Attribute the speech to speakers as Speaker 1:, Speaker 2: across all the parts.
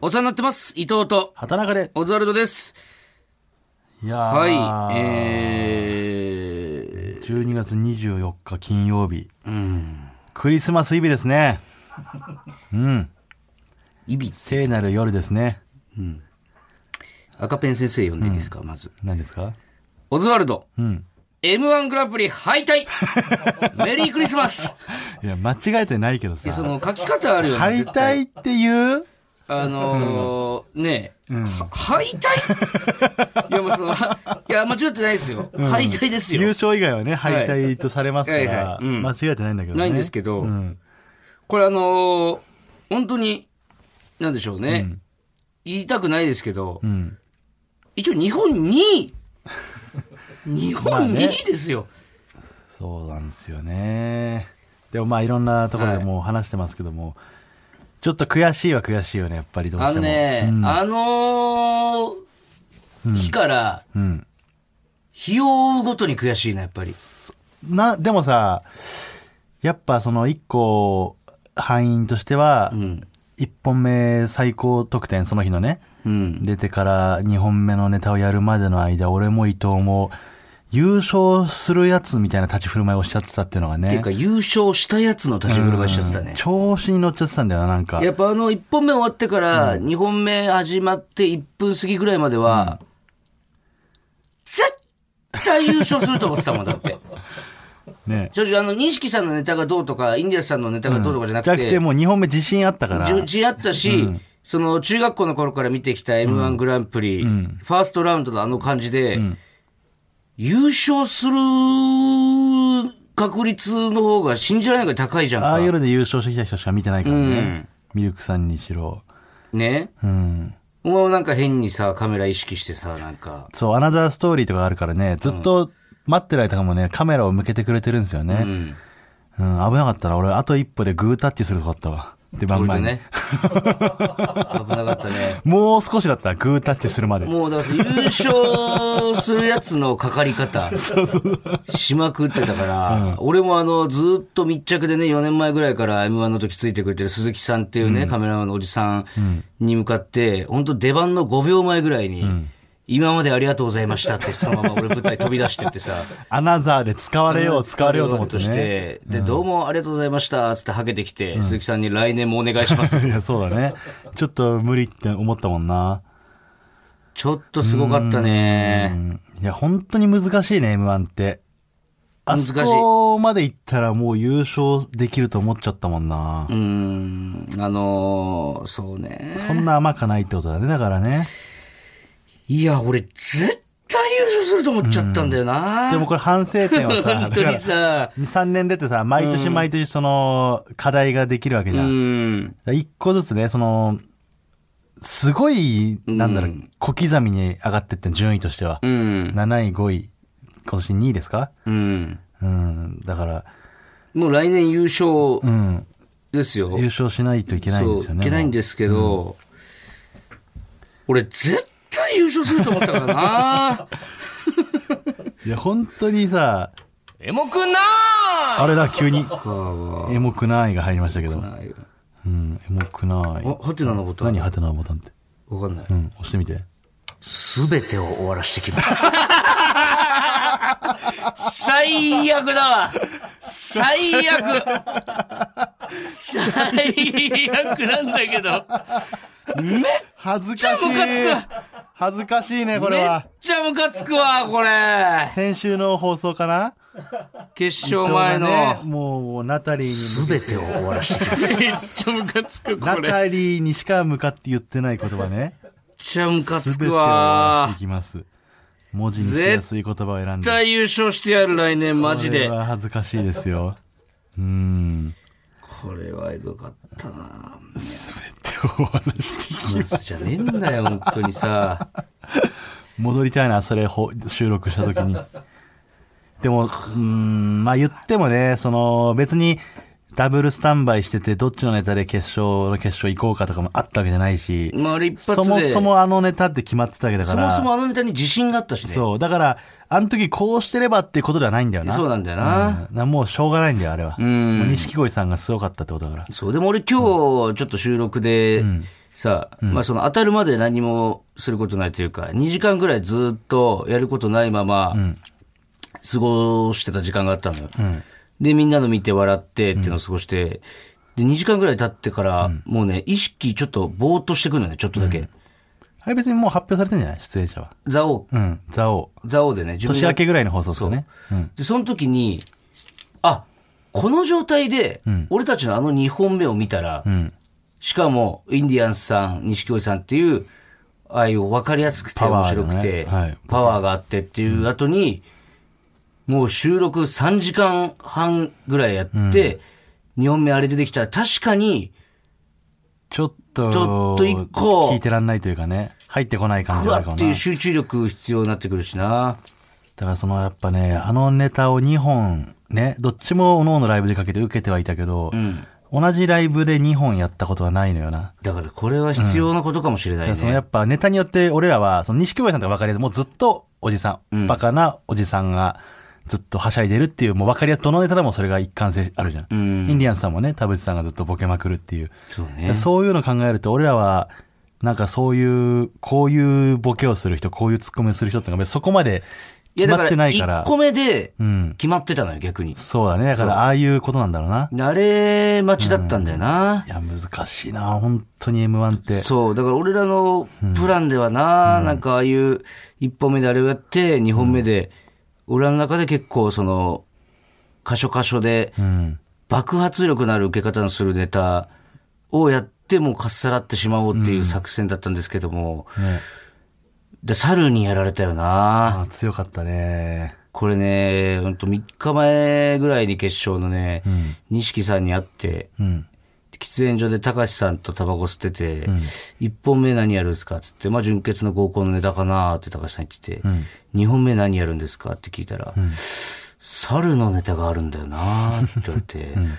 Speaker 1: お世話になってます。伊藤と、
Speaker 2: 畑中で。
Speaker 1: オズワルドです。
Speaker 2: いや
Speaker 1: はい。
Speaker 2: ー、
Speaker 1: え
Speaker 2: 12月24日金曜日。
Speaker 1: ー、うん。
Speaker 2: クリスマスイブですね。うん。
Speaker 1: いび、
Speaker 2: 聖なる夜ですね。
Speaker 1: 赤ペン先生呼んでいいですか、まず。
Speaker 2: 何ですか
Speaker 1: オズワルド、
Speaker 2: うん。
Speaker 1: M1 グランプリ敗退 メリークリスマス
Speaker 2: いや、間違えてないけど
Speaker 1: でそ
Speaker 2: さ。
Speaker 1: の書き方あるよね。
Speaker 2: 敗
Speaker 1: 絶対
Speaker 2: 退っていう
Speaker 1: あのー、ねえ、は敗退 いや、もうその、はいや、間違ってないですよ。敗退です
Speaker 2: 優
Speaker 1: よ。
Speaker 2: 勝以外はね、敗退とされますか
Speaker 1: はいはい
Speaker 2: ら、
Speaker 1: はいうん
Speaker 2: 間違えてないんだけどね。
Speaker 1: ないんですけど
Speaker 2: うん。
Speaker 1: これあのー、本当に、なんでしょうね。言いたくないですけど、
Speaker 2: うん。
Speaker 1: 一応日本2位 日
Speaker 2: まあ
Speaker 1: 本2
Speaker 2: ね
Speaker 1: 位ですよ。
Speaker 2: そうなんですよね。でもまあいろんなところでもう話してますけども、ちょっと悔しいは悔しいよね、やっぱりどうし
Speaker 1: あ
Speaker 2: て
Speaker 1: の
Speaker 2: も。
Speaker 1: ね、あのー日から
Speaker 2: うん。
Speaker 1: 日を追うごとに悔しいな、やっぱり。
Speaker 2: な、でもさ、やっぱその一個、敗因としては、一本目最高得点、その日のね、
Speaker 1: うん。
Speaker 2: 出てから二本目のネタをやるまでの間、俺も伊藤も、優勝するやつみたいな立ち振る舞いをしちゃってたっていうのがね。
Speaker 1: っていうか、優勝したやつの立ち振る舞いしちゃってた
Speaker 2: う
Speaker 1: ね
Speaker 2: ん。調子に乗っちゃってたんだよな、なんか。
Speaker 1: やっぱあの、1本目終わってから、2本目始まって1分過ぎぐらいまでは、絶対優勝すると思ってたもんだって。
Speaker 2: ね。
Speaker 1: 正直、あの、錦さんのネタがどうとか、インディアスさんのネタがどうとかじゃな
Speaker 2: じゃ
Speaker 1: く
Speaker 2: なく
Speaker 1: て、
Speaker 2: てもう二本目自信あったから。
Speaker 1: 十字あったし、その中学校の頃から見てきた m 1グランプリ、ファーストラウンドのあの感じで、優勝する確率の方が信じられないぐらい高いじゃん
Speaker 2: ああい
Speaker 1: か。
Speaker 2: うので優勝してきた人しか見てないからね。ミルクさんにしろ。
Speaker 1: ね。
Speaker 2: うん。
Speaker 1: もうなんか変にさ、カメラ意識してさ、なんか。
Speaker 2: そう、アナザーストーリーとかあるからね、ずっと待ってる間もね、カメラを向けてくれてるんですよ
Speaker 1: う
Speaker 2: ね。
Speaker 1: ん。
Speaker 2: うん、危なかったな。俺、あと一歩でグータッチするとこあったわ。で、番
Speaker 1: 俺
Speaker 2: 前
Speaker 1: と
Speaker 2: に。
Speaker 1: ね。危なかったね。
Speaker 2: もう少しだった。グータッチするまで。
Speaker 1: もうだから優勝するやつのかかり 方、しまくってたから、俺もあの、ずっと密着でね、4年前ぐらいから M1 の時ついてくれてる鈴木さんっていうね、カメラマンのおじさんに向かって、本当出番の5秒前ぐらいに、今までありがとうございましたって、そのまま俺舞台飛び出して ってさ、
Speaker 2: アナザーで使われよう、使われようと思って
Speaker 1: し
Speaker 2: ね。
Speaker 1: て、 で、どうもありがとうございました、つってはけてきて、鈴木さんに来年もお願いしますって
Speaker 2: いや、 そうだね。ちょっと無理って思ったもんな。
Speaker 1: ちょっとすごかった
Speaker 2: う
Speaker 1: ね。
Speaker 2: ん。いや、本当に難しいね、M1 って。あそ
Speaker 1: 難しい
Speaker 2: こまで行ったらもう優勝できると思っちゃったもんな。
Speaker 1: うーん、あのー、そうね。
Speaker 2: そんな甘かないってことだね。だから ね。
Speaker 1: いや、俺、絶対優勝すると思っちゃったんだよな。
Speaker 2: でもこれ反省点は さ、
Speaker 1: 本
Speaker 2: だか
Speaker 1: 当
Speaker 2: ら
Speaker 1: にさ、
Speaker 2: 2、3年出てさ、毎年毎年その、課題ができるわけじ
Speaker 1: う
Speaker 2: ゃん。
Speaker 1: ん。
Speaker 2: 一個ずつね、その、すごい、なんだろ
Speaker 1: う
Speaker 2: う、小刻みに上がってって順位としては
Speaker 1: う。ん。
Speaker 2: 7位、5位、今年2位ですか
Speaker 1: うん。
Speaker 2: うん。だから、
Speaker 1: もう来年優勝
Speaker 2: うん。
Speaker 1: ですよ。
Speaker 2: 優勝しないといけないんですよ
Speaker 1: そうい
Speaker 2: ね。
Speaker 1: けないんですけど、俺、絶対優勝すると思ったから な。
Speaker 2: いや、本当にさ、
Speaker 1: エモくな
Speaker 2: あれだ、急に、
Speaker 1: ー
Speaker 2: エモくないが入りましたけど。うん、エモくな
Speaker 1: あ、
Speaker 2: い。
Speaker 1: ハテナのボタン
Speaker 2: 何、ハテナのボタンって。
Speaker 1: わかんない。
Speaker 2: うん、押してみて。
Speaker 1: すべてを終わらしてきます。 最悪だわ。最悪。最悪なんだけど。めっ
Speaker 2: 恥ず
Speaker 1: ちゃ
Speaker 2: かしい
Speaker 1: ムカつく。
Speaker 2: 恥ずかしいね、これ
Speaker 1: めっ
Speaker 2: は。
Speaker 1: ちゃムカつくわ、これ。
Speaker 2: 先週の放送かな
Speaker 1: 決勝前
Speaker 2: 動画ね
Speaker 1: の。
Speaker 2: もう、ナタリーに、
Speaker 1: べてを終わらしてきます。めっちゃムカつく、こ
Speaker 2: ナ
Speaker 1: れ。めっ
Speaker 2: タリーにしか向かって言ってない言葉ね。
Speaker 1: ちゃムカつ
Speaker 2: すべて
Speaker 1: く
Speaker 2: を表し
Speaker 1: わ
Speaker 2: てい。きます。文字にしやすい言葉を選ん
Speaker 1: 絶
Speaker 2: で。
Speaker 1: 対優勝してやる、来年、マジで
Speaker 2: これ。は恥ずかしいですよ。うん。
Speaker 1: これはエグかったな。
Speaker 2: 手を離していき
Speaker 1: ニュースじゃねえんだよ、本当にさ。
Speaker 2: 戻りたいな、それほ収録した時に。でも、うーん、まあ言ってもね、その別にダブルスタンバイしてて、どっちのネタで決勝の決勝行こうかとかもあったわけじゃないし、
Speaker 1: まあ、あれ一発で。
Speaker 2: そもそもあのネタって決まってたわけだか
Speaker 1: そも
Speaker 2: ら、
Speaker 1: そもあのネタに自信があったしね。そう
Speaker 2: そう、だから、あの時こうしてればってことではないんだよな。
Speaker 1: なんだよな。
Speaker 2: うんなもうしょうがないんだよ、あれは。
Speaker 1: ん
Speaker 2: もう錦鯉さんがすごかったってことだから。
Speaker 1: そう、でも俺今日、ちょっと収録で、さ、まあその当たるまで何もすることないというか、2時間ぐらいずっとやることないまま、過ごしてた時間があったのよ。で、みんなの見て笑ってっていうのを過ごして、で、2時間ぐらい経ってから、もうね、意識ちょっとぼーっとしてくるのね、ちょっとだけ。
Speaker 2: あれ別にもう発表されてんじゃない出演者は。
Speaker 1: 座王、
Speaker 2: うん。ザオ。
Speaker 1: 座王でね、自
Speaker 2: 年
Speaker 1: が
Speaker 2: 明けぐらいの放送ですよね。
Speaker 1: で、その時に、あ、この状態で、俺たちのあの2本目を見たら、しかも、インディアンスさん、錦織さんっていう、ああいう分かりやすくて
Speaker 2: パワ
Speaker 1: 面
Speaker 2: ーがね
Speaker 1: 白くて、
Speaker 2: はい
Speaker 1: パワーがあってっていう後に、もう収録3時間半ぐらいやって、2本目あれ出てきたら確かに、
Speaker 2: ちょっと、
Speaker 1: ちょっと一個
Speaker 2: 聞いてらんないというかね、入ってこない感
Speaker 1: う
Speaker 2: じがあ
Speaker 1: わ
Speaker 2: るか
Speaker 1: っ
Speaker 2: も
Speaker 1: てい
Speaker 2: な。
Speaker 1: う集中力必要になってくるしな。
Speaker 2: だからそのやっぱね、あのネタを2本、ね、どっちも各々ライブでかけて受けてはいたけど、同じライブで2本やったことはないのよな。
Speaker 1: だからこれは必要なことかもしれな
Speaker 2: だ
Speaker 1: い
Speaker 2: か
Speaker 1: ね。
Speaker 2: らそのやっぱネタによって俺らは、その錦鯉さんとか分かりやすいもうずっとおじさん、バカなおじさんがずっとはしゃいでるっていう、もう分かりやすい、どのネタでもそれが一貫性あるじゃん。インディアンスさんもね、田淵さんがずっとボケまくるっていう。
Speaker 1: そう
Speaker 2: だ
Speaker 1: ね
Speaker 2: から。そういうの考えると、俺らは、なんかそういう、こういうボケをする人、こういうツッコミをする人ってのが別にそこまで
Speaker 1: いや
Speaker 2: 決
Speaker 1: だ
Speaker 2: ま
Speaker 1: か
Speaker 2: っ
Speaker 1: ら
Speaker 2: てないから。
Speaker 1: 1個目で
Speaker 2: うん。
Speaker 1: 決まってたのよ、逆に。
Speaker 2: そうだね。だから、ああいうことなんだろうな。
Speaker 1: 慣れ待ちだったんだよな。
Speaker 2: いや、難しいな。本当に M1 って。
Speaker 1: そう。だから俺らのプランではな、なんかああいう一本目であれをやって、二本目で、俺らの中で結構その、箇所箇所で
Speaker 2: うん。
Speaker 1: 爆発力のある受け方のするネタをやって、もうかっさらってしまおうっていう作戦だったんですけども、
Speaker 2: ね。
Speaker 1: で猿にやられたよな。
Speaker 2: あ強かったね。
Speaker 1: これね、ほんと3日前ぐらいに決勝のね、錦、さんに会って、
Speaker 2: うん。
Speaker 1: 喫煙所で高橋さんとタバコ吸ってて、一本目何やるんですかっつって、まあ、純潔の合コンのネタかなーって高橋さん言ってて、二本目何やるんですかって聞いたら、猿のネタがあるんだよなーって言わ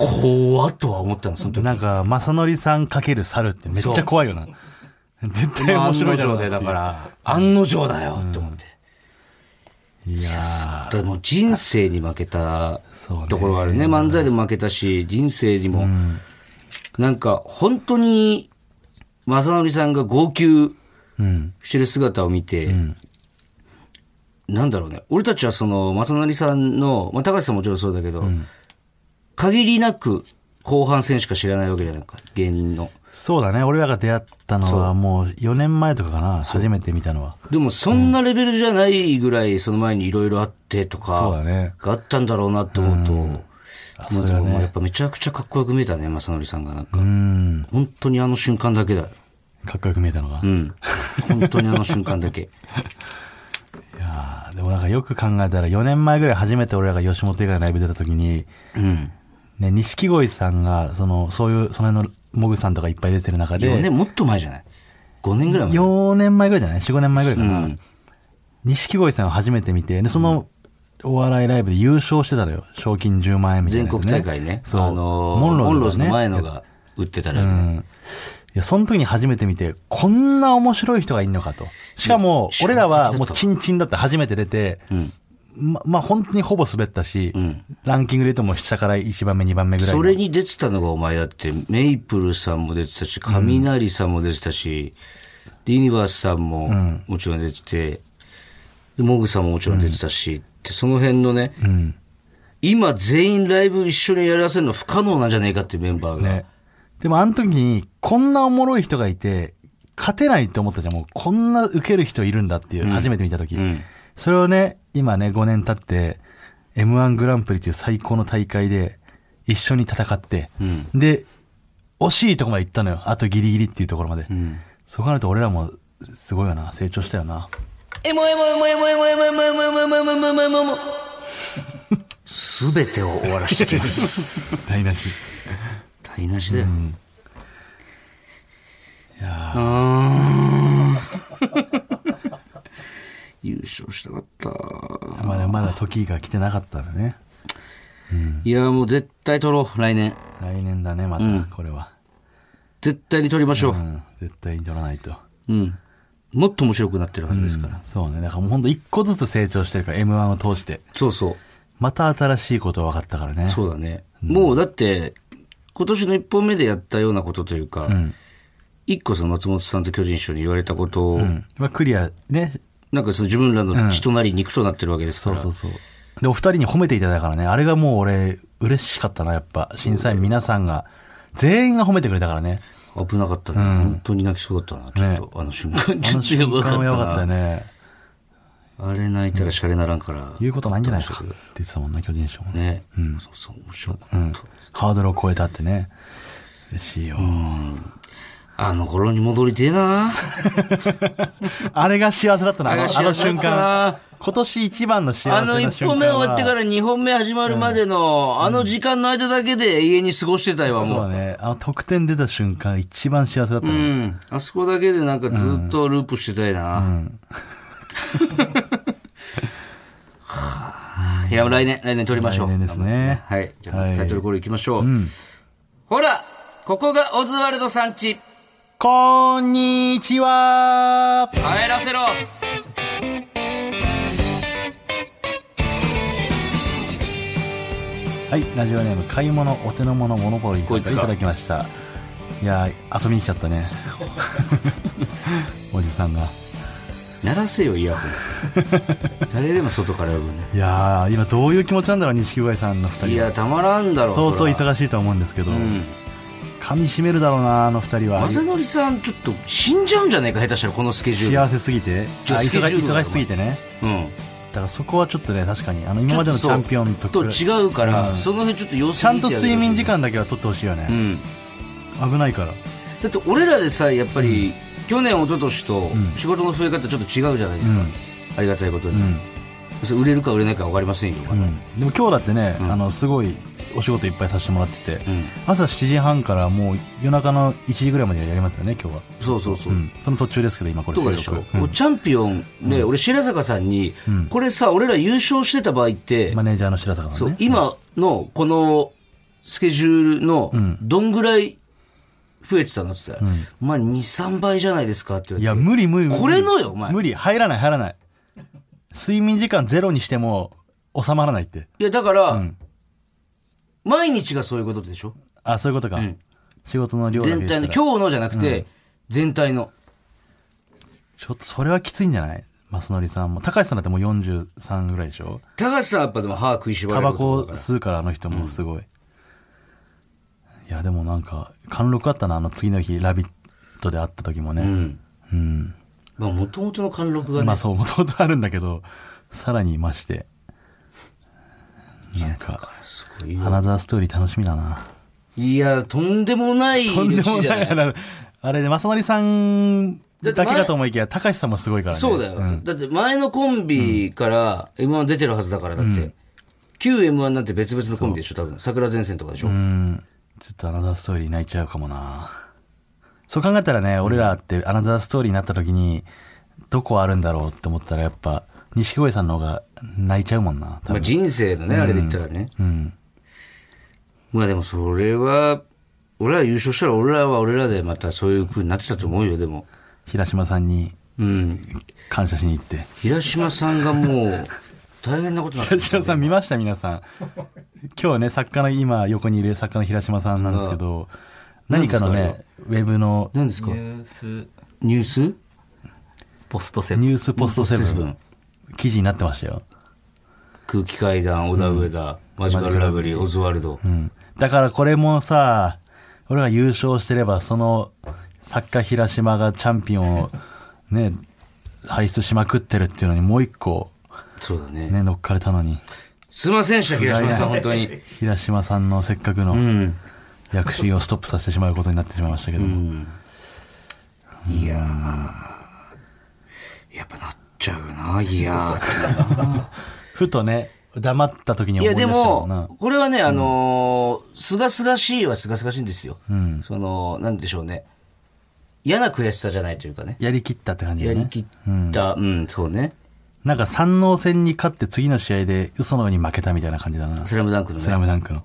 Speaker 1: れて、怖っとは思ったの、その時。
Speaker 2: なんか、正則さんかける猿ってめっちゃ怖いよな。絶対 面白いだろう
Speaker 1: 案の定で、だ
Speaker 2: なってい
Speaker 1: か
Speaker 2: う。
Speaker 1: ら、案の定だよって思って。
Speaker 2: いや
Speaker 1: だからもう人生に負けた
Speaker 2: そうね
Speaker 1: ところがあるね。漫才でも負けたし、人生にも。なんか、本当に、正則さんが号泣
Speaker 2: ーうん。
Speaker 1: してる姿を見て、なんだろうね。俺たちはその、正成さんの、まあ、高橋さんもちろんそうだけど、限りなく後半戦しか知らないわけじゃないか、芸人の。
Speaker 2: そうだね。俺らが出会ったのはもう4年前とかかな。初めて見たのは。
Speaker 1: でもそんなレベルじゃないぐらい、その前にいろいろあってと
Speaker 2: そうだ
Speaker 1: か、
Speaker 2: ね。
Speaker 1: があったんだろうなと思うと、
Speaker 2: あ
Speaker 1: も
Speaker 2: そうれ
Speaker 1: で
Speaker 2: は
Speaker 1: ももう
Speaker 2: ね。
Speaker 1: やっぱめちゃくちゃかっこよく見えたね、正成さんがなんか。
Speaker 2: うん。
Speaker 1: 本当にあの瞬間だけだ。
Speaker 2: かっこよく見えたのが。
Speaker 1: うん。本当にあの瞬間だけ。
Speaker 2: いやーでもなんかよく考えたら4年前ぐらい初めて俺らが吉本以外のライブ出た時に、
Speaker 1: うん。
Speaker 2: ね、錦鯉さんが、その、そういう、その辺のモグさんとかいっぱい出てる中で、
Speaker 1: 4年、もっと前じゃない ?5 年ぐらい前。
Speaker 2: 4年前ぐらいじゃない ?4、5年前ぐらいか
Speaker 1: う。
Speaker 2: なん錦鯉さんを初めて見て、で、その、お笑いライブで優勝してたのよ。賞金10万円みたい
Speaker 1: 全
Speaker 2: なやつ、
Speaker 1: 国大会ね。
Speaker 2: そう。
Speaker 1: あのー
Speaker 2: モンローズ,、
Speaker 1: モンローズの前のが売ってたら、
Speaker 2: う
Speaker 1: ね
Speaker 2: ん。いや、その時に初めて見て、こんな面白い人がいんのかと。しかも、俺らはもうチンチンだって初めて出て、ま、まあ本当にほぼ滑ったし、ランキングで言うともう下から1番目、2番目ぐらい
Speaker 1: そ
Speaker 2: の。
Speaker 1: れに出てたのがお前だって、メイプルさんも出てたし、雷さんも出てたし、でユニバースさんももちろん出てて、でモグさんももちろん出てたし、ってその辺のね、今全員ライブ一緒にやらせるの不可能なんじゃないかっていうメンバーが。
Speaker 2: ね。でもあの時に、こんなおもろい人がいて、勝てないって思ったじゃん。もうこんな受ける人いるんだっていう、初めて見た時、
Speaker 1: ん
Speaker 2: それをね、今ね、5年経って、M1 グランプリという最高の大会で、一緒に戦って、で、惜しいとこまで行ったのよ。あとギリギリっていうところまで。そう考えると俺らも、すごいよな。成長したよな。
Speaker 1: エモエモエモエモエモエモエモエモエモエモエモエモエモエモすべてを終わらしてきます。
Speaker 2: 台無し。
Speaker 1: 台無しだよ。
Speaker 2: いやー
Speaker 1: あー 優勝したかった。
Speaker 2: まだまだ時が来てなかったんだね。
Speaker 1: いや、もう絶対取ろう、来年。
Speaker 2: 来年だね、また、これは。
Speaker 1: 絶対に取りましょう
Speaker 2: う。ん。絶対に取らないと。
Speaker 1: うん。もっと面白くなってるはずですから。
Speaker 2: そうね。だからもうほんと一個ずつ成長してるから、M1 を通して。
Speaker 1: そうそ
Speaker 2: また新しいこと分かったからね
Speaker 1: う。。そうだね。もうだって、今年の一本目でやったようなことというか、一個その松本さんと巨人師匠に言われたことを、
Speaker 2: うんまあ、クリアね
Speaker 1: なんかその自分らの血となり肉となってるわけですか
Speaker 2: そ
Speaker 1: ら。
Speaker 2: うそうそうでお二人に褒めていただいたからねあれがもう俺嬉しかったなやっぱ審査員皆さんが全員が褒めてくれたからね
Speaker 1: 危なかったね、本当に泣きそうだったな。ちょっと、あの瞬間、
Speaker 2: あ
Speaker 1: ちょ
Speaker 2: の
Speaker 1: っとや
Speaker 2: 瞬
Speaker 1: ばかった
Speaker 2: 間はやばかったよ
Speaker 1: な。
Speaker 2: ね
Speaker 1: あれ泣いたらシャレならんから。
Speaker 2: 言うことないんじゃないですかって言ってたもんな巨人賞もね
Speaker 1: ね。そうそう、面白かった。
Speaker 2: ハードルを超えたってね嬉しいよ、
Speaker 1: あの頃に戻りてえな。
Speaker 2: あれが幸せだったなあの
Speaker 1: あれが
Speaker 2: あの
Speaker 1: 幸せだ
Speaker 2: 瞬
Speaker 1: ったな
Speaker 2: 間今年一番の幸せ
Speaker 1: あの
Speaker 2: な
Speaker 1: 1
Speaker 2: 瞬間は
Speaker 1: 本目終わってから2本目始まるまでの、あの時間の間だけで家に過ごしてたよ、
Speaker 2: そう
Speaker 1: もう。
Speaker 2: だねあの得点出た瞬間一番幸せだった
Speaker 1: う
Speaker 2: ね
Speaker 1: ん。あそこだけでなんかずっとループしてたいな。 はあいや、来年、来年撮りましょう。
Speaker 2: 来年ですね
Speaker 1: はい。じゃあ、ま
Speaker 2: はい
Speaker 1: ずタイトルコールいきましょう。ほらここがオズワルドさんち
Speaker 2: こんにちは
Speaker 1: 帰らせろ
Speaker 2: はい、ラジオネーム買い物お手の物モノポリー
Speaker 1: こ
Speaker 2: さ
Speaker 1: い
Speaker 2: ん
Speaker 1: つ
Speaker 2: か
Speaker 1: から
Speaker 2: いただきましたいやー遊びに来ちゃっ たねおじさんが
Speaker 1: 鳴らせよ、イヤホン。 誰でも外から呼ぶね。
Speaker 2: いやー今どういう気持ちなんだろう錦鯉さんの2
Speaker 1: い
Speaker 2: 人は
Speaker 1: や、たまらんだろ。
Speaker 2: 相当
Speaker 1: そら
Speaker 2: 忙しいとは思うんですけど、
Speaker 1: うん。
Speaker 2: 噛み締めるだろうなあの2人は
Speaker 1: 正則さん、ちょっと死んじゃうんじゃないか、下手したら、このスケジュール。
Speaker 2: 幸せすぎてあ
Speaker 1: ちょ
Speaker 2: 忙
Speaker 1: スケジュールが
Speaker 2: 忙しすぎてね
Speaker 1: うん。
Speaker 2: だからそこはちょっとね確かにあの今までのチ
Speaker 1: ちょっ
Speaker 2: ャ
Speaker 1: と
Speaker 2: ンピオンと
Speaker 1: と
Speaker 2: 比べ
Speaker 1: 違うから、
Speaker 2: うん
Speaker 1: その辺ちょっと様子
Speaker 2: ちゃんと
Speaker 1: 見てあげて
Speaker 2: 睡
Speaker 1: ほしい
Speaker 2: 眠時間だけは取ってほしいよ
Speaker 1: う
Speaker 2: ね、
Speaker 1: ん。
Speaker 2: 危ないから
Speaker 1: だって俺らでさえやっぱり、去年一昨年と
Speaker 2: ん
Speaker 1: 仕事の増え方ちょっと違うじゃないで
Speaker 2: う
Speaker 1: すか、
Speaker 2: ん
Speaker 1: ありがたいこと
Speaker 2: う
Speaker 1: に、
Speaker 2: ん
Speaker 1: それ売れるか売れないか分かりませんよ、
Speaker 2: うん、でも今日だってね、あのすごいお仕事いっぱいさせてもらってて、
Speaker 1: うん
Speaker 2: 朝7時半からもう夜中の1時ぐらいまでやりますよね今日は、
Speaker 1: そうそうそう、
Speaker 2: うん、その途中ですけど今これ
Speaker 1: とかでしょ、
Speaker 2: うん
Speaker 1: もうチャンピオンね、俺白坂さんに、これさ俺ら優勝してた場合って、
Speaker 2: マネージャーの白坂さ
Speaker 1: そ
Speaker 2: ん
Speaker 1: う
Speaker 2: ね
Speaker 1: 今のこのスケジュールのどんぐらい増えてたのって言ったら、まあ23倍じゃないですかって言われ
Speaker 2: い
Speaker 1: て
Speaker 2: や無理無理無理
Speaker 1: これのよお前
Speaker 2: 無理入らない入らない睡眠時間ゼロにしても収まらないって
Speaker 1: いや、だから、毎日がそういうことでしょ
Speaker 2: あそういうことか、仕事の量だけ
Speaker 1: 全
Speaker 2: 言った
Speaker 1: 体
Speaker 2: ら
Speaker 1: の、今日のじゃなくて、全体の。
Speaker 2: ちょっとそれはきついんじゃない正則さんも高橋さんだってもう43ぐらいでしょ
Speaker 1: 高橋さんはやっぱでも歯食いしばれ
Speaker 2: タ
Speaker 1: る
Speaker 2: バ
Speaker 1: 男
Speaker 2: コ
Speaker 1: だから。
Speaker 2: 吸うからあの人もすごい、いやでもなんか貫禄あったなあの次の日「ラビット!」で会った時もね、
Speaker 1: うん。まあ、もともとの貫禄がね、
Speaker 2: まあそうもともとあるんだけどさらに増してなんか
Speaker 1: すごいよ
Speaker 2: アナザーストーリー楽しみだない
Speaker 1: や、とんでもない
Speaker 2: とんで
Speaker 1: 歴
Speaker 2: も
Speaker 1: 史じゃ
Speaker 2: な
Speaker 1: ないい。
Speaker 2: なあれで正則さん
Speaker 1: だっ
Speaker 2: だけ
Speaker 1: て前
Speaker 2: かと思いきや高橋さんもすごいからね
Speaker 1: そうだよ、
Speaker 2: ん
Speaker 1: だって前のコンビから M1 出てるはずだから、だって。旧 M1 なんて別々のコンビでしょ多分。桜前線とかでしょ、
Speaker 2: うんちょっとアナザーストーリー泣いちゃうかもなそう考えたらね、俺らってアナザーストーリーになった時にどこあるんだろうって思ったらやっぱ錦鯉さんの方が泣いちゃうもんな多
Speaker 1: まあ
Speaker 2: 分、
Speaker 1: 人生のね、あれで言ったらね。
Speaker 2: うん、
Speaker 1: まあでもそれは、俺ら優勝したら俺らは俺らでまたそういう風になってたと思うよ、でも。
Speaker 2: 平島さんに
Speaker 1: うん。
Speaker 2: 感謝しに行って
Speaker 1: 平島さんがもう、大変なことになって
Speaker 2: 平
Speaker 1: る
Speaker 2: 島さん見ました皆さん今日ね作家の今横にいる作家の平島さんなんですけど、何かのねウェブの
Speaker 1: 何ですか
Speaker 3: ニュース
Speaker 1: ニュース
Speaker 3: ポストセブン
Speaker 2: ニュースポストセ
Speaker 1: セ
Speaker 2: ブ
Speaker 1: ブ
Speaker 2: ン
Speaker 1: ン
Speaker 2: 記事になってましたよ、
Speaker 1: 空気階段、小田上田、マジカルラブリー、オズワルド
Speaker 2: う。ん、だからこれもさ俺が優勝してればその作家平島がチャンピオンをね輩出しまくってるっていうのにもう一個
Speaker 1: そうだね。
Speaker 2: ね乗っかれたのに
Speaker 1: すいませんでした、平島さん、本当に。
Speaker 2: 平島さんのせっかく
Speaker 1: う
Speaker 2: の
Speaker 1: ん。
Speaker 2: 躍進をストップさせてしまうことになってしまいましたけど
Speaker 1: う
Speaker 2: も、
Speaker 1: ん。いやーやっぱなっちゃうな、いやーって
Speaker 2: ふとね黙った時に
Speaker 1: い
Speaker 2: 思
Speaker 1: や
Speaker 2: い出
Speaker 1: で
Speaker 2: したもんな
Speaker 1: も、これはね、あのー、すがすがしいはすがすがしいんですよ。
Speaker 2: ん
Speaker 1: その、なんでしょうね。嫌な悔しさじゃないというかね。
Speaker 2: やりきったって感じ
Speaker 1: や
Speaker 2: だ
Speaker 1: り
Speaker 2: ね
Speaker 1: きった、うん、そうね。
Speaker 2: なんか山王戦に勝って次の試合で嘘のように負けたみたいな感じだな
Speaker 1: スラムダンクの
Speaker 2: スラ
Speaker 1: ね。
Speaker 2: ムダンクの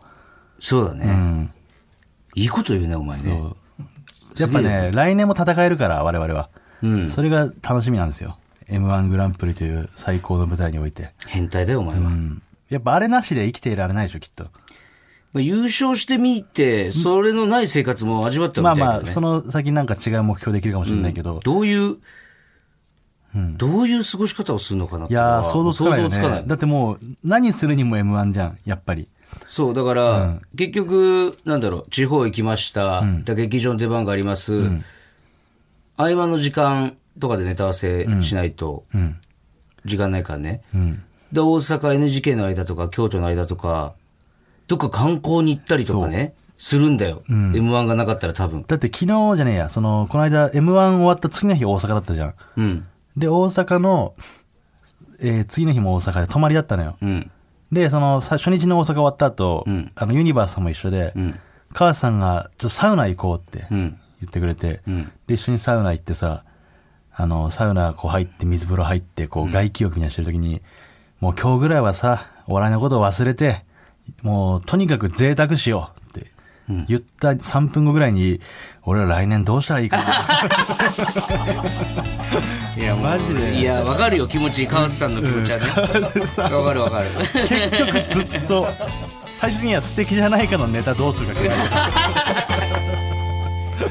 Speaker 1: そうだ
Speaker 2: う
Speaker 1: ね、
Speaker 2: ん
Speaker 1: いいこと言うね、お前ね。
Speaker 2: そうやっぱね来年も戦えるから我々は
Speaker 1: うん。
Speaker 2: それが楽しみなんですよ。M1 グランプリという最高の舞台において。
Speaker 1: 変態だよ、お前は。
Speaker 2: うん。やっぱあれなしで生きていられないでしょ、きっと。
Speaker 1: まあ優勝してみて、それのない生活も味わったみ
Speaker 2: ま
Speaker 1: た
Speaker 2: あ
Speaker 1: いな、ね。
Speaker 2: まあ、その先なんか違う目標できるかもしれないけど、
Speaker 1: どういう、どういう過ごし方をするのかなって
Speaker 2: い
Speaker 1: いうのは
Speaker 2: やー、想像つかないよね。
Speaker 1: 想像つかない
Speaker 2: だってもう、何するにも M1 じゃん、やっぱり。
Speaker 1: そう、だから、結局、なんだろう、地方行きました、だ劇場の出番があります、合間の時間とかでネタ合わせしないと、
Speaker 2: うん。
Speaker 1: 時間ないからね。
Speaker 2: うん。
Speaker 1: で、大阪 NGK の間とか、京都の間とか、どっか観光に行ったりとかね、するんだよ。M1 がなかったら多分。
Speaker 2: だって昨日じゃねえや、その、この間 M1 終わった次の日大阪だったじゃん。
Speaker 1: うん。
Speaker 2: で、大阪の、えー次の日も大阪で泊まりだったのよ。
Speaker 1: うん。
Speaker 2: で、その、さ初日の大阪終わった後、
Speaker 1: うん
Speaker 2: あの、ユニバースさんも一緒で、
Speaker 1: うん。
Speaker 2: 母さんが、ちょっとサウナ行こうって
Speaker 1: うん。
Speaker 2: 言ってくれて、
Speaker 1: うん。
Speaker 2: で、一緒にサウナ行ってさ、あの、サウナこう入って、水風呂入って、こう、外気浴みたいにしてる時に、もう今日ぐらいはさ、お笑いのことを忘れて、もう、とにかく贅沢しようって
Speaker 1: うん
Speaker 2: 言った3分後ぐらいに、俺は来年どうしたらいい かな。
Speaker 1: いや、
Speaker 2: マジで
Speaker 1: いや、わかるよ、気持ち、川瀬さんの気持ちはね。わかるわかる。
Speaker 2: 結局ずっと、最初には素敵じゃないかのネタどうするか考えて
Speaker 1: 好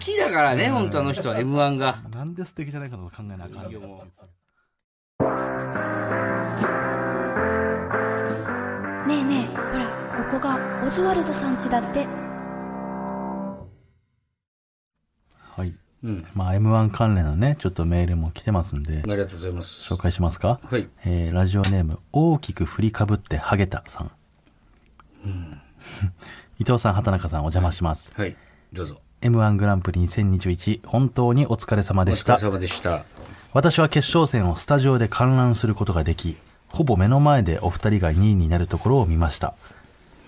Speaker 1: きだからね、本当あの人は M1 が。
Speaker 2: たなんで素敵じゃないかのこと考えなあかんの
Speaker 1: いいよもう
Speaker 4: ねえねえほらここがオズワルドさん家だって
Speaker 2: はい。
Speaker 1: うん。
Speaker 2: まあ、M1 関連のね、ちょっとメールも来てますんで
Speaker 1: あ、りがとうございます
Speaker 2: 紹。介しますか。
Speaker 1: はい。
Speaker 2: えーラジオネーム、大きく振りかぶってハゲたさん。 伊藤さん、畑中さん、お邪魔します。
Speaker 1: はい。どうぞ。
Speaker 2: M1 グランプリ2021、本当にお疲れ様
Speaker 1: お
Speaker 2: でし
Speaker 1: 疲れ
Speaker 2: た。
Speaker 1: 様でした。
Speaker 2: 私は決勝戦をスタジオで観覧することができ、ほぼ目の前でお二人が2位になるところを見ました。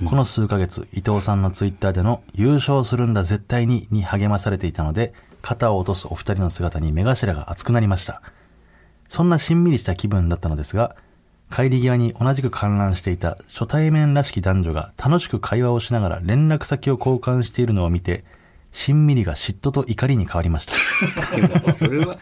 Speaker 2: この数ヶ月、伊藤さんのツイッターでの優勝するんだ絶対にに励まされていたので、肩を落とすお二人の姿に目頭が熱くなりました。そんなしんみりした気分だったのですが、帰り際に同じく観覧していた初対面らしき男女が楽しく会話をしながら連絡先を交換しているのを見て、しんみりが嫉妬と怒りに変わりました。
Speaker 1: それは、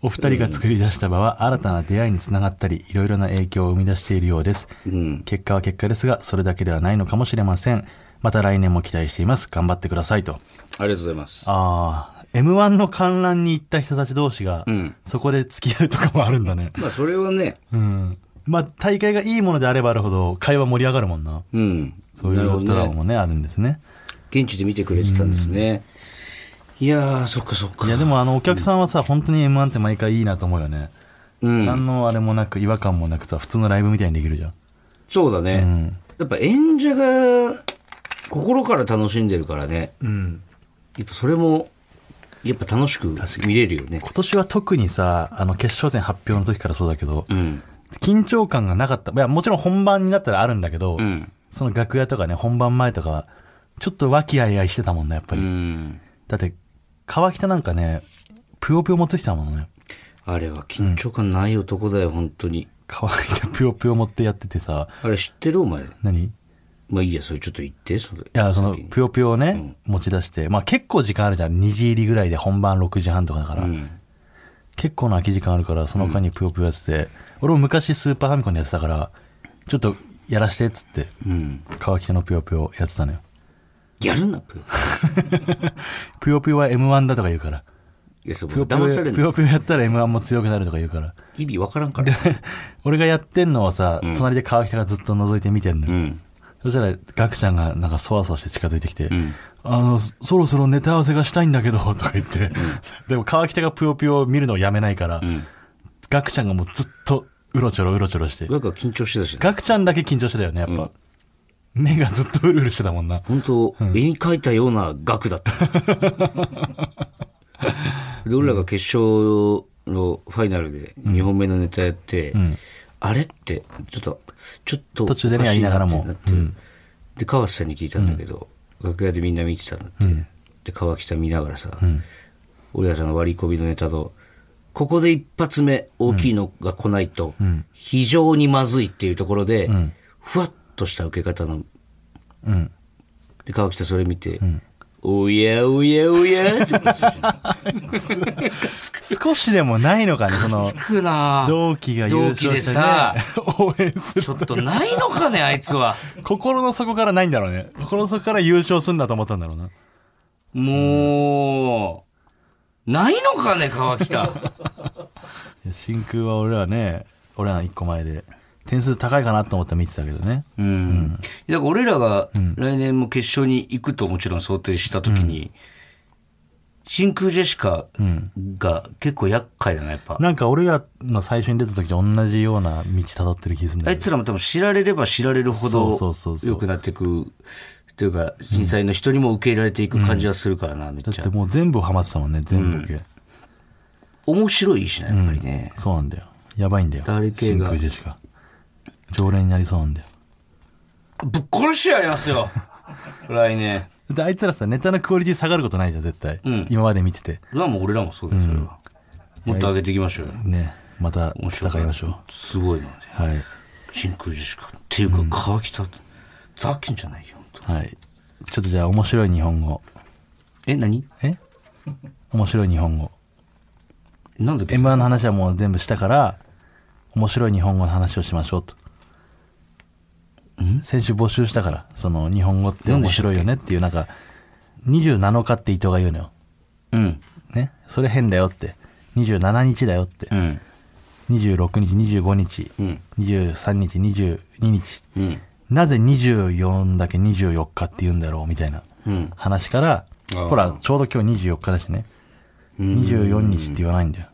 Speaker 2: お二人が作り出した場は新たな出会いにつながったり、いろいろな影響を生み出しているようです。
Speaker 1: うん。
Speaker 2: 結果は結果ですが、それだけではないのかもしれません。また来年も期待しています。頑張ってくださいと。
Speaker 1: ありがとうございます。
Speaker 2: あー、M1 の観覧に行った人たち同士が、
Speaker 1: うん
Speaker 2: そこで付き合うとかもあるんだね。
Speaker 1: まあ、それはね、
Speaker 2: うん。まあ、大会がいいものであればあるほど、会話盛り上がるもんな。
Speaker 1: うん。
Speaker 2: そういうド
Speaker 1: な
Speaker 2: ラ
Speaker 1: る
Speaker 2: マ
Speaker 1: ほどね。
Speaker 2: もね、あるんですね。
Speaker 1: 現地で見てくれてたんですね。いやー、そっかそっか。
Speaker 2: いや、でもあの、お客さんはさ、本当に M1 って毎回いいなと思うよね。
Speaker 1: うん。
Speaker 2: 何のあれもなく、違和感もなくさ、普通のライブみたいにできるじゃん。
Speaker 1: そうだ
Speaker 2: う
Speaker 1: ね。
Speaker 2: ん。
Speaker 1: やっぱ演者が心から楽しんでるからね。
Speaker 2: うん。
Speaker 1: やっぱそれも、やっぱ楽しく見れるよね。
Speaker 2: 今年は特にさ、あの、決勝戦発表の時からそうだけど、
Speaker 1: うん。
Speaker 2: 緊張感がなかった。いや、もちろん本番になったらあるんだけど、
Speaker 1: うん。
Speaker 2: その楽屋とかね、本番前とかは、ちょっと和気あいあいしてたもんね、やっぱ
Speaker 1: う
Speaker 2: り。
Speaker 1: ん。
Speaker 2: だって、川北なんかね、ぷよぷよ持ってきてたもんね。
Speaker 1: あれは緊張感ない男だよ、本当に。
Speaker 2: 川北ぷよぷよ持ってやっててさ、
Speaker 1: あれ知ってるお前。
Speaker 2: 何い
Speaker 1: まあいいや、それちょっと言って、それ。い
Speaker 2: や、その、ぷよぷよをね、持ち出して、まあ結構時間あるじゃん。2時入りぐらいで本番6時半とかだから。
Speaker 1: うん。
Speaker 2: 結構な空き時間あるから、その間にぷよぷよやってて、俺も昔スーパーファミコンでやってたから、ちょっとやらしてっつって、
Speaker 1: うん。
Speaker 2: 川北のぷよぷよやってたのよ。
Speaker 1: やるな、ぷよ。
Speaker 2: ぷよぷよは M1 だとか言うから。
Speaker 1: いや、そう、
Speaker 2: ぷよぷよ
Speaker 1: 騙されん
Speaker 2: ぷ
Speaker 1: の。
Speaker 2: よぷよやったら M1 も強くなるとか言うから。
Speaker 1: 意味わからんから。
Speaker 2: 俺がやってんのをさ、
Speaker 1: ん
Speaker 2: 隣で川北がずっと覗いて見てんの
Speaker 1: う
Speaker 2: よ。
Speaker 1: ん。
Speaker 2: そしたら、ガクちゃんがなんかそわそわして近づいてきて、
Speaker 1: うん。
Speaker 2: あの、そそろそろネタ合わせがしたいんだけど、とか言って。 でも川北がぷよぷよを見るのをやめないから、
Speaker 1: うん。
Speaker 2: ガクちゃんがもうずっとうろちょろうろちょろして。
Speaker 1: なんか緊張してたしな。
Speaker 2: ガクちゃんだけ緊張してたよね、やっぱ。目がずっとうるうるしてたもんな。
Speaker 1: 本当、絵に描いたような額だった。で、俺らが決勝のファイナルで2本目のネタやって、あれって、ちょっと、ちょっと、
Speaker 2: 途中でね
Speaker 1: おかしい
Speaker 2: やりながらも
Speaker 1: ってなってで、川瀬さんに聞いたんだけど、楽屋でみんな見てたんだって。で、川北見ながらさ、俺らさんの割り込みのネタと、ここで一発目大きいのが来ないと、非常にまずいっていうところで、ふわっとした受け方の
Speaker 2: うん。
Speaker 1: で、川北それ見て、おやおやおやって思ってたし
Speaker 2: 少しでもな いのかね、その、
Speaker 1: つくなぁ
Speaker 2: 同期が優
Speaker 1: 同期
Speaker 2: 勝
Speaker 1: で
Speaker 2: して、
Speaker 1: さ
Speaker 2: ね、、 応援する
Speaker 1: ちょっとないのかね、あいつは。
Speaker 2: 心の底からないんだろうね。心の底から優勝するんだと思ったんだろうな。
Speaker 1: もう、ないのかね、川北。
Speaker 2: いや真空は俺らね、俺らの一個前で、点数高いかなと思って見てたけどね。
Speaker 1: うん。だから俺らが来年も決勝に行くともちろん想定したときに、真空ジェシカが結構厄介だな、やっぱ。
Speaker 2: なんか俺らの最初に出た時と同じような道辿ってる気するん
Speaker 1: あ
Speaker 2: だ
Speaker 1: い
Speaker 2: けど。
Speaker 1: つらも多分知られれば知られるほ
Speaker 2: そ
Speaker 1: ど
Speaker 2: うそうそうそう
Speaker 1: 良くなっていく。というか、震災の人にも受け入れられていく感じはするからな、めっ
Speaker 2: だっ
Speaker 1: ちゃ
Speaker 2: て。もう全部ハマってたもんね、全部、
Speaker 1: 面白いしな、やっぱりね。
Speaker 2: そうなんだよ。やばいんだよ。
Speaker 1: 誰系が
Speaker 2: 真空ジェシカ。常連になりそうなんだよ。
Speaker 1: ぶっ殺してやります よ来年。
Speaker 2: だってあいつらさ、ネタのクオリティ下がることないじゃん、絶対。
Speaker 1: ん
Speaker 2: 今まで見てて。
Speaker 1: まあもう俺らもそうだよ、それは。もっと上げていきましょうよ。
Speaker 2: ね。また
Speaker 1: 面白
Speaker 2: 戦いましょう。
Speaker 1: すごいのね。
Speaker 2: はい。
Speaker 1: 真空ジェシカ。っていうか、川北、ザキンじゃないよ、本当
Speaker 2: はい。ちょっとじゃあ面白い日本語。
Speaker 1: え、何
Speaker 2: え面白い日本語。
Speaker 1: なんだっけ
Speaker 2: M1 の話はもう全部したから、面白い日本語の話をしましょうと。先週募集したから、その日本語って面白いよねっていう、なんか、27日って伊藤が言うのよ。
Speaker 1: うん。
Speaker 2: ね。それ変だよって。27日だよって
Speaker 1: う。ん。
Speaker 2: 26日、25日、
Speaker 1: ん
Speaker 2: 23日、22日。
Speaker 1: うん。
Speaker 2: なぜ24だけ24日って言うんだろうみたいな
Speaker 1: うん
Speaker 2: 話から、
Speaker 1: あー
Speaker 2: ほら、ちょうど今日24日だしね。24日って言わないんだよ。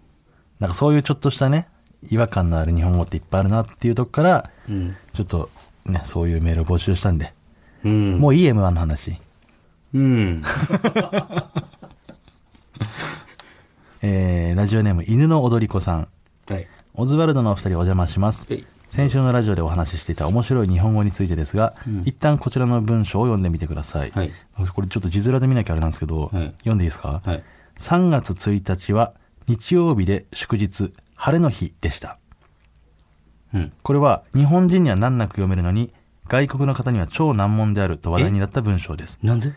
Speaker 2: なんかそういうちょっとしたね、違和感のある日本語っていっぱいあるなっていうとこから、
Speaker 1: うん。
Speaker 2: ちょっとね、そういうメールを募集したんで、
Speaker 1: うん。
Speaker 2: もういい M1 の話。
Speaker 1: うん。
Speaker 2: えー、ラジオネーム犬の踊り子さん。
Speaker 1: はい。
Speaker 2: オズワルドのお二人お邪魔します
Speaker 1: はい。
Speaker 2: 先週のラジオでお話ししていた面白い日本語についてですが、一旦こちらの文章を読んでみてください。
Speaker 1: はい
Speaker 2: これちょっと字面で見なきゃあれなんですけど、
Speaker 1: はい
Speaker 2: 読んでいいですか、
Speaker 1: はい。
Speaker 2: 3月1日は日曜日で祝日、晴れの日でした。
Speaker 1: うん。
Speaker 2: これは日本人には難なく読めるのに、外国の方には超難問であると話題になった文章です。
Speaker 1: なんで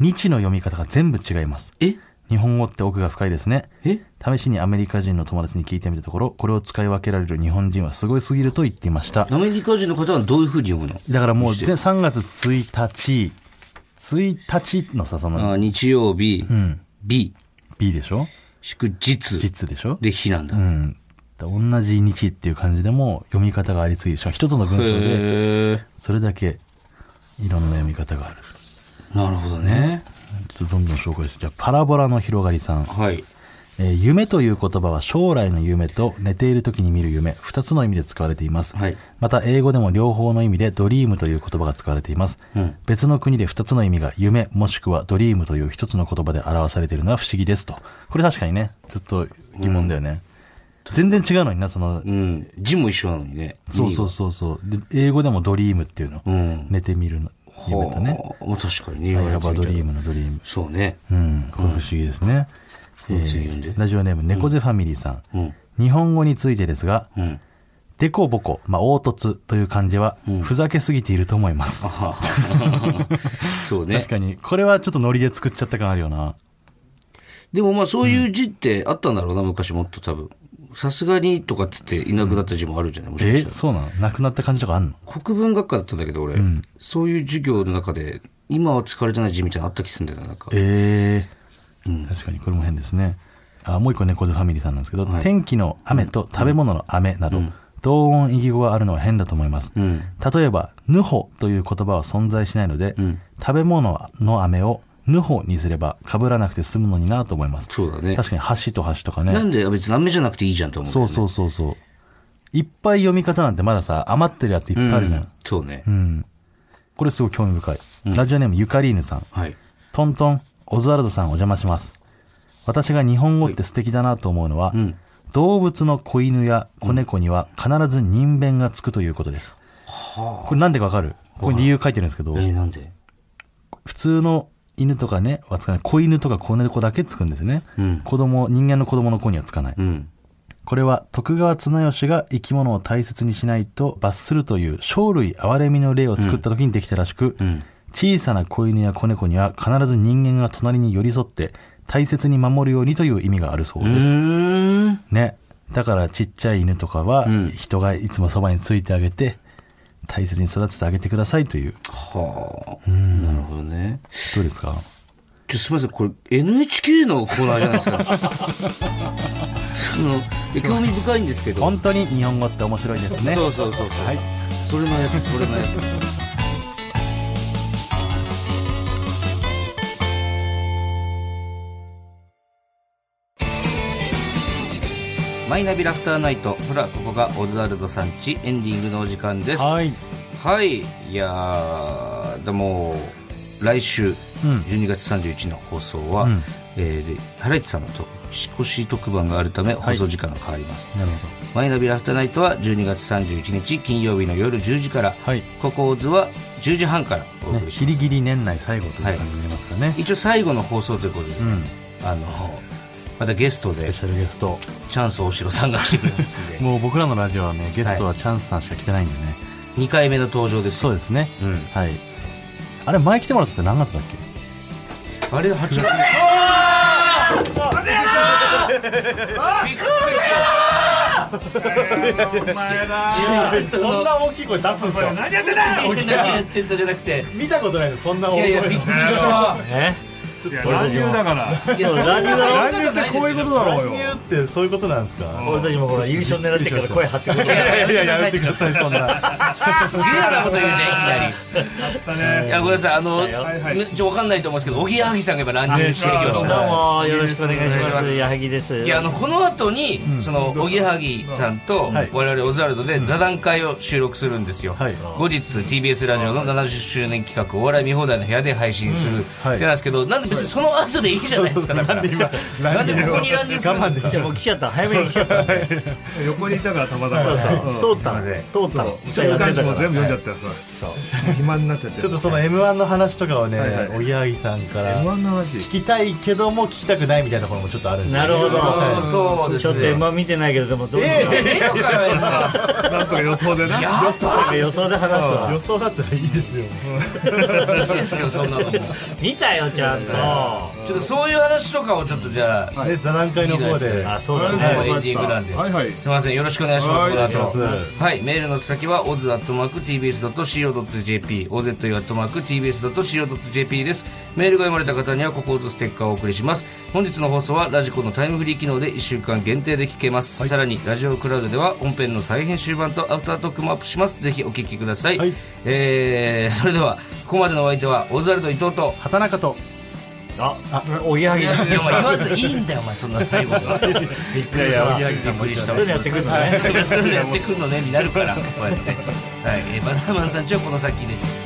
Speaker 2: 日の読み方が全部違います。
Speaker 1: え
Speaker 2: 日本語って奥が深いですね。
Speaker 1: え
Speaker 2: 試しにアメリカ人の友達に聞いてみたところ、これを使い分けられる日本人はすごいすぎると言っていました
Speaker 1: ア。メリカ人の方はどういうふうに読むの
Speaker 2: だからもう全3月1日、1日のさ、その
Speaker 1: あ日曜日、
Speaker 2: ん
Speaker 1: B、
Speaker 2: B でしょ
Speaker 1: 祝日
Speaker 2: 実でしょ
Speaker 1: で日なんだ。
Speaker 2: うん。だ同じ日っていう感じでも読み方がありすぎる。しかも一つの文章で、
Speaker 1: へえ。
Speaker 2: それだけいろんな読み方がある。
Speaker 1: なるほどね。
Speaker 2: ちょっとどんどん紹介して、じゃあパラボラの広がりさん。
Speaker 1: はい。
Speaker 2: えー夢という言葉は将来の夢と寝ている時に見る夢、二つの意味で使われています。
Speaker 1: はい
Speaker 2: また英語でも両方の意味でドリームという言葉が使われています。
Speaker 1: うん
Speaker 2: 別の国で二つの意味が夢もしくはドリームという一つの言葉で表されているのは不思議ですと。これ確かにね、ずっと疑問だよね。全然違うのにな、その、
Speaker 1: うん。字も一緒なのにね。
Speaker 2: そうそううそうそう。で英語でもドリームっていうの。
Speaker 1: うん
Speaker 2: 寝てみるの夢とね。
Speaker 1: はあ確かにね。
Speaker 2: いわばドリ
Speaker 1: ム
Speaker 2: ームのドリーム。
Speaker 1: そうね。
Speaker 2: うん、これ不思議ですね。え
Speaker 1: うん次読んで
Speaker 2: ーラジオネーム、猫背ファミリーさん。
Speaker 1: うん。
Speaker 2: 日本語についてですが、
Speaker 1: うん。
Speaker 2: デコボコ、まあ、凹凸という漢字は、ふざけすぎていると思います。
Speaker 1: はあ そうね
Speaker 2: 確。かに、これはちょっとノリで作っちゃった感あるよな。
Speaker 1: でもまあそういう字ってあったんだろうな、昔もっと多分。さすがにとかっつっていなくなった字もあるじゃないもしか
Speaker 2: え
Speaker 1: したら
Speaker 2: そうなのなくなった感じとかあんの
Speaker 1: 国文学科だったんだけど俺、そういう授業の中で、今は使われてない字みたいなのあった気すんだよな、なんか。
Speaker 2: ええ確かに、これも変ですね。あもう一個猫背ファミリーさんなんですけど、天気の雨と食べ物の雨など、同音異義語があるのは変だと思います。
Speaker 1: うん。
Speaker 2: 例えば、ぬほという言葉は存在しないので、食べ物の飴をぬほにすれば被らなくて済むのになと思います。
Speaker 1: そうだね。
Speaker 2: 確かに箸と箸とか
Speaker 1: な
Speaker 2: ね。
Speaker 1: んで別に雨じゃなくていいじゃんと思う、。
Speaker 2: そうそううそうそう。いっぱい読み方なんてまださ、余ってるやついっぱいあるじゃん。
Speaker 1: そうね
Speaker 2: う。ん。これすごい興味深い。ラジオネームゆかりーぬさん。
Speaker 1: はい。
Speaker 2: トントン、オズワルドさんお邪魔します。私が日本語って素敵だなと思うのは、動物の子犬や子猫には必ず人弁がつくということです。これなんでかわかるここに理由書いてるんですけど
Speaker 1: え、ー、なんで
Speaker 2: 普通の犬とかね、はつかない。子犬とか子猫だけつくんですね。
Speaker 1: うん
Speaker 2: 子供、人間の子供の子にはつかない。
Speaker 1: うん。
Speaker 2: これは徳川綱吉が生き物を大切にしないと罰するという生類憐れみの例を作った時にできたらしく、
Speaker 1: ん
Speaker 2: 小さな子犬や子猫には必ず人間が隣に寄り添って大切に守るようにという意味があるそう
Speaker 1: う
Speaker 2: です。
Speaker 1: ーん。
Speaker 2: ね。だからちっちゃい犬とかは
Speaker 1: うん
Speaker 2: 人がいつもそばについてあげて大切に育ててあげてくださいという。
Speaker 1: はあ。なるほどね。
Speaker 2: どうですか
Speaker 1: ちょ、すみません、これ NHK のコーナーじゃないですか。 その、え興味深いんですけど。
Speaker 2: 本当に日本語って面白いですね。
Speaker 1: そうそうそうそう。それのやつ、それのやつ。マイナビラフターナイト、ほら、ここがオズワルドさんち、エンディングのお時間です。はい。
Speaker 2: はい。
Speaker 1: い、やー、でも、来週、
Speaker 2: うん
Speaker 1: 12月31日の放送は、
Speaker 2: うん
Speaker 1: えーで、ハライチさんのと年越し特番があるため、放送時間が変わります。
Speaker 2: なるほど。
Speaker 1: マイナビラフターナイトは12月31日金曜日の夜10時から、
Speaker 2: はい。
Speaker 1: ココーズは10時半からお送
Speaker 2: ね
Speaker 1: り、し
Speaker 2: ギ
Speaker 1: ます、
Speaker 2: リギリ年内最後という感じになりますかね。
Speaker 1: 一応最後の放送ということで、
Speaker 2: うん。
Speaker 1: あのまたゲスト
Speaker 2: ス
Speaker 1: で
Speaker 2: ペシャルゲスト。
Speaker 1: チャンス大城さんが来てくれますんで
Speaker 2: もう僕らのラジオはね、ゲストはチャンスさんしか来てないんでね。
Speaker 1: 2回目の登場です
Speaker 2: そうですね。
Speaker 1: うん
Speaker 2: はい。あれ、前来てもらったって何月だっけ
Speaker 1: あれ8月びっくりしたびっくりしたお前
Speaker 2: 大きい声出すんすよ。
Speaker 1: その何やってんだじゃなくて
Speaker 2: 見たことないの、そんない
Speaker 1: やいやびっくりした
Speaker 2: え
Speaker 5: いや乱入だから
Speaker 1: いやそんな
Speaker 5: 乱入ってこういうことだろうよ
Speaker 2: 乱入ってそういうことなんですか
Speaker 6: 俺たちもほら優勝狙ってっから声張ってく る
Speaker 1: いやいやいやいや
Speaker 2: めてください、そんな。
Speaker 1: すげえ嫌なこと言うじゃんいきなりいやごめんなさいあの
Speaker 5: いはい
Speaker 1: ねちょわかんないと思うんですけどおぎやはぎさんが今乱入してきま
Speaker 5: あ
Speaker 1: し
Speaker 6: どう
Speaker 1: た
Speaker 6: もよろしくお願いします矢作です
Speaker 1: いやあのこの後にそのおぎやはぎさんと
Speaker 2: はい
Speaker 1: 我々オズワルドで座談会を収録するんですよ
Speaker 2: はい
Speaker 1: 後日 TBS ラジオの70周年企画お笑い見放題の部屋で配信するって
Speaker 2: はい
Speaker 1: なんですけどなんで別にその後でいいじゃないですかだからなんでここに乱入するんですか
Speaker 6: じゃあもう来ちゃった早めに来ちゃったんですよ
Speaker 5: 横にいたからたまたま
Speaker 6: そうそう通ったの
Speaker 1: すいません
Speaker 6: 通ったの
Speaker 5: 週刊誌も全部読んじゃったよそう暇になっちゃって
Speaker 2: ちょっとその M1 の話とかをね
Speaker 5: はいはい、
Speaker 2: おぎやはぎさんから。
Speaker 5: M1 の話
Speaker 2: 聞きたいけども聞きたくないみたいなところもちょっとあるんですよ
Speaker 6: なるほど
Speaker 1: あーそうで
Speaker 6: ちょ
Speaker 1: す
Speaker 6: っと
Speaker 1: ね
Speaker 6: 今見てないけどでもどう
Speaker 2: え
Speaker 1: ええのかよ今
Speaker 5: なんとか予想でな
Speaker 6: 予想で話すわ
Speaker 2: 予想だったらいいですよ
Speaker 1: いいですよそんなのもちょ
Speaker 6: 見たよちゃんと
Speaker 1: っとそういう話とかをちょっとじゃあ
Speaker 2: ね座談会の方
Speaker 1: いいです
Speaker 2: で
Speaker 1: ね
Speaker 6: あそうだ
Speaker 1: もう
Speaker 6: ね
Speaker 1: エンディングなんで
Speaker 5: はいはい
Speaker 1: すみません、よろしくお願いします。
Speaker 5: はい
Speaker 1: この後
Speaker 5: お願い
Speaker 2: します
Speaker 1: はい、メールの先は oz.tbs.co.jp、oz.tbs.co.jp です。メールが読まれた方には、ここオズステッカーをお送りします。本日の放送は、ラジコのタイムフリー機能で1週間限定で聞けます。さらに、ラジオクラウドでは、本編の再編集版とアフタートークもアップします。ぜひお聞きください。
Speaker 2: はい
Speaker 1: えー、それでは、ここまでのお相手は、オズワルド伊藤と、
Speaker 2: 畑中と
Speaker 6: ああおぎやはぎだ
Speaker 1: いや、お前言わずいいんだよ、お前、そんな最後が。
Speaker 6: びっくりしたわ
Speaker 1: いやいやびっくりした
Speaker 6: そういうのやってくるのね
Speaker 1: そういうのやってくんのねになるからこうやってはい、えーバナナマンさんちはこの先です